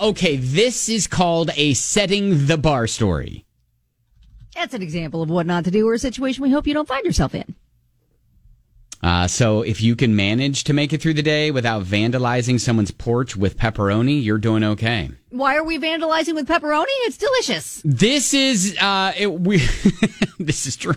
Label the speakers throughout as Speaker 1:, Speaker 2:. Speaker 1: Okay, this is called a setting the bar story.
Speaker 2: That's an example of what not to do or a situation we hope you don't find yourself in.
Speaker 1: Uh, so if you can manage to make it through the day without vandalizing someone's porch with pepperoni, you're doing okay.
Speaker 2: Why are we vandalizing with pepperoni? It's delicious.
Speaker 1: This is uh, it, we. this is true.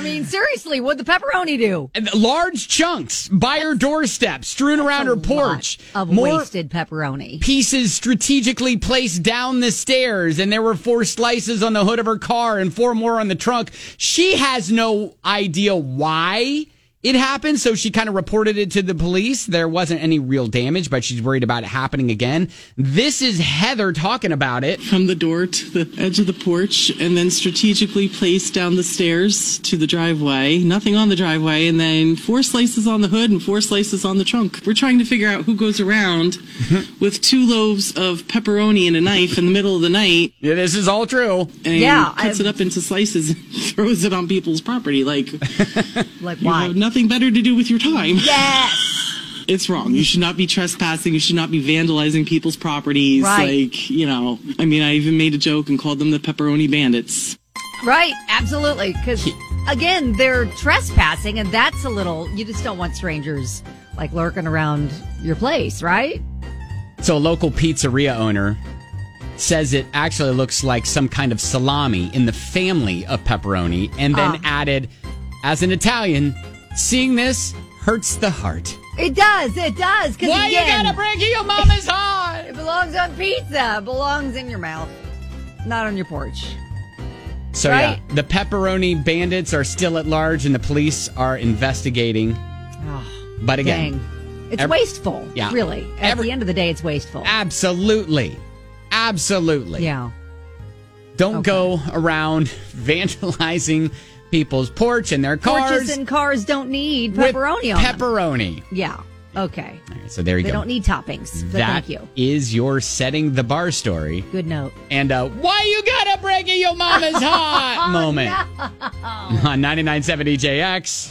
Speaker 2: mean, seriously, what'd the pepperoni do?
Speaker 1: And Large chunks by her doorstep, strewn around her
Speaker 2: A lot
Speaker 1: porch.
Speaker 2: of
Speaker 1: More
Speaker 2: wasted pepperoni.
Speaker 1: pieces strategically placed down the stairs, and there were four slices on the hood of her car and four more on the trunk. She has no idea why it happened, so she kind of reported it to the police. There wasn't any real damage, but she's worried about it happening again. This is Heather talking about it.
Speaker 3: from the door to the edge of the porch and then strategically placed down the stairs to the driveway. Nothing on the driveway and then four slices on the hood and four slices on the trunk. We're trying to figure out who goes around
Speaker 2: Mm-hmm.
Speaker 3: with two loaves of pepperoni and a knife in the middle of the night
Speaker 1: Yeah, this is all true.
Speaker 3: and
Speaker 2: Yeah,
Speaker 3: cuts
Speaker 2: I-
Speaker 3: it up into slices and throws it on people's property. Like, you
Speaker 2: Like,
Speaker 3: have
Speaker 2: why?
Speaker 3: nothing better to do with your time.
Speaker 2: Yes!
Speaker 3: It's wrong. You should not be trespassing. You should not be vandalizing people's properties.
Speaker 2: Right.
Speaker 3: Like, you know, I mean, I even made a joke and called them the pepperoni bandits.
Speaker 2: Right, absolutely. Because, again, they're trespassing, and that's a little, you just don't want strangers like lurking around your place, right?
Speaker 1: So a local pizzeria owner says it actually looks like some kind of salami in the family of pepperoni and then
Speaker 2: Ah.
Speaker 1: added as an Italian, seeing this hurts the heart.
Speaker 2: It does, it does. Because,
Speaker 1: Why
Speaker 2: again,
Speaker 1: you gotta break your mama's heart?
Speaker 2: it belongs on pizza, it belongs in your mouth, not on your porch.
Speaker 1: So
Speaker 2: Right?
Speaker 1: yeah, the pepperoni bandits are still at large and the police are investigating.
Speaker 2: Oh,
Speaker 1: But again,
Speaker 2: dang. It's
Speaker 1: Every-
Speaker 2: wasteful,
Speaker 1: Yeah.
Speaker 2: really. At
Speaker 1: Every-
Speaker 2: the end of the day, it's wasteful.
Speaker 1: absolutely. Absolutely.
Speaker 2: yeah.
Speaker 1: Don't
Speaker 2: Okay.
Speaker 1: go around vandalizing people's porch and their cars.
Speaker 2: Porches and cars don't need
Speaker 1: with
Speaker 2: pepperoni on them.
Speaker 1: Pepperoni.
Speaker 2: Yeah. Okay.
Speaker 1: So there you
Speaker 2: They
Speaker 1: go.
Speaker 2: don't need toppings. But
Speaker 1: That
Speaker 2: thank you.
Speaker 1: is your setting the bar story.
Speaker 2: Good note.
Speaker 1: And uh, why you gotta break it, your mama's heart moment. On 99.7 EJX.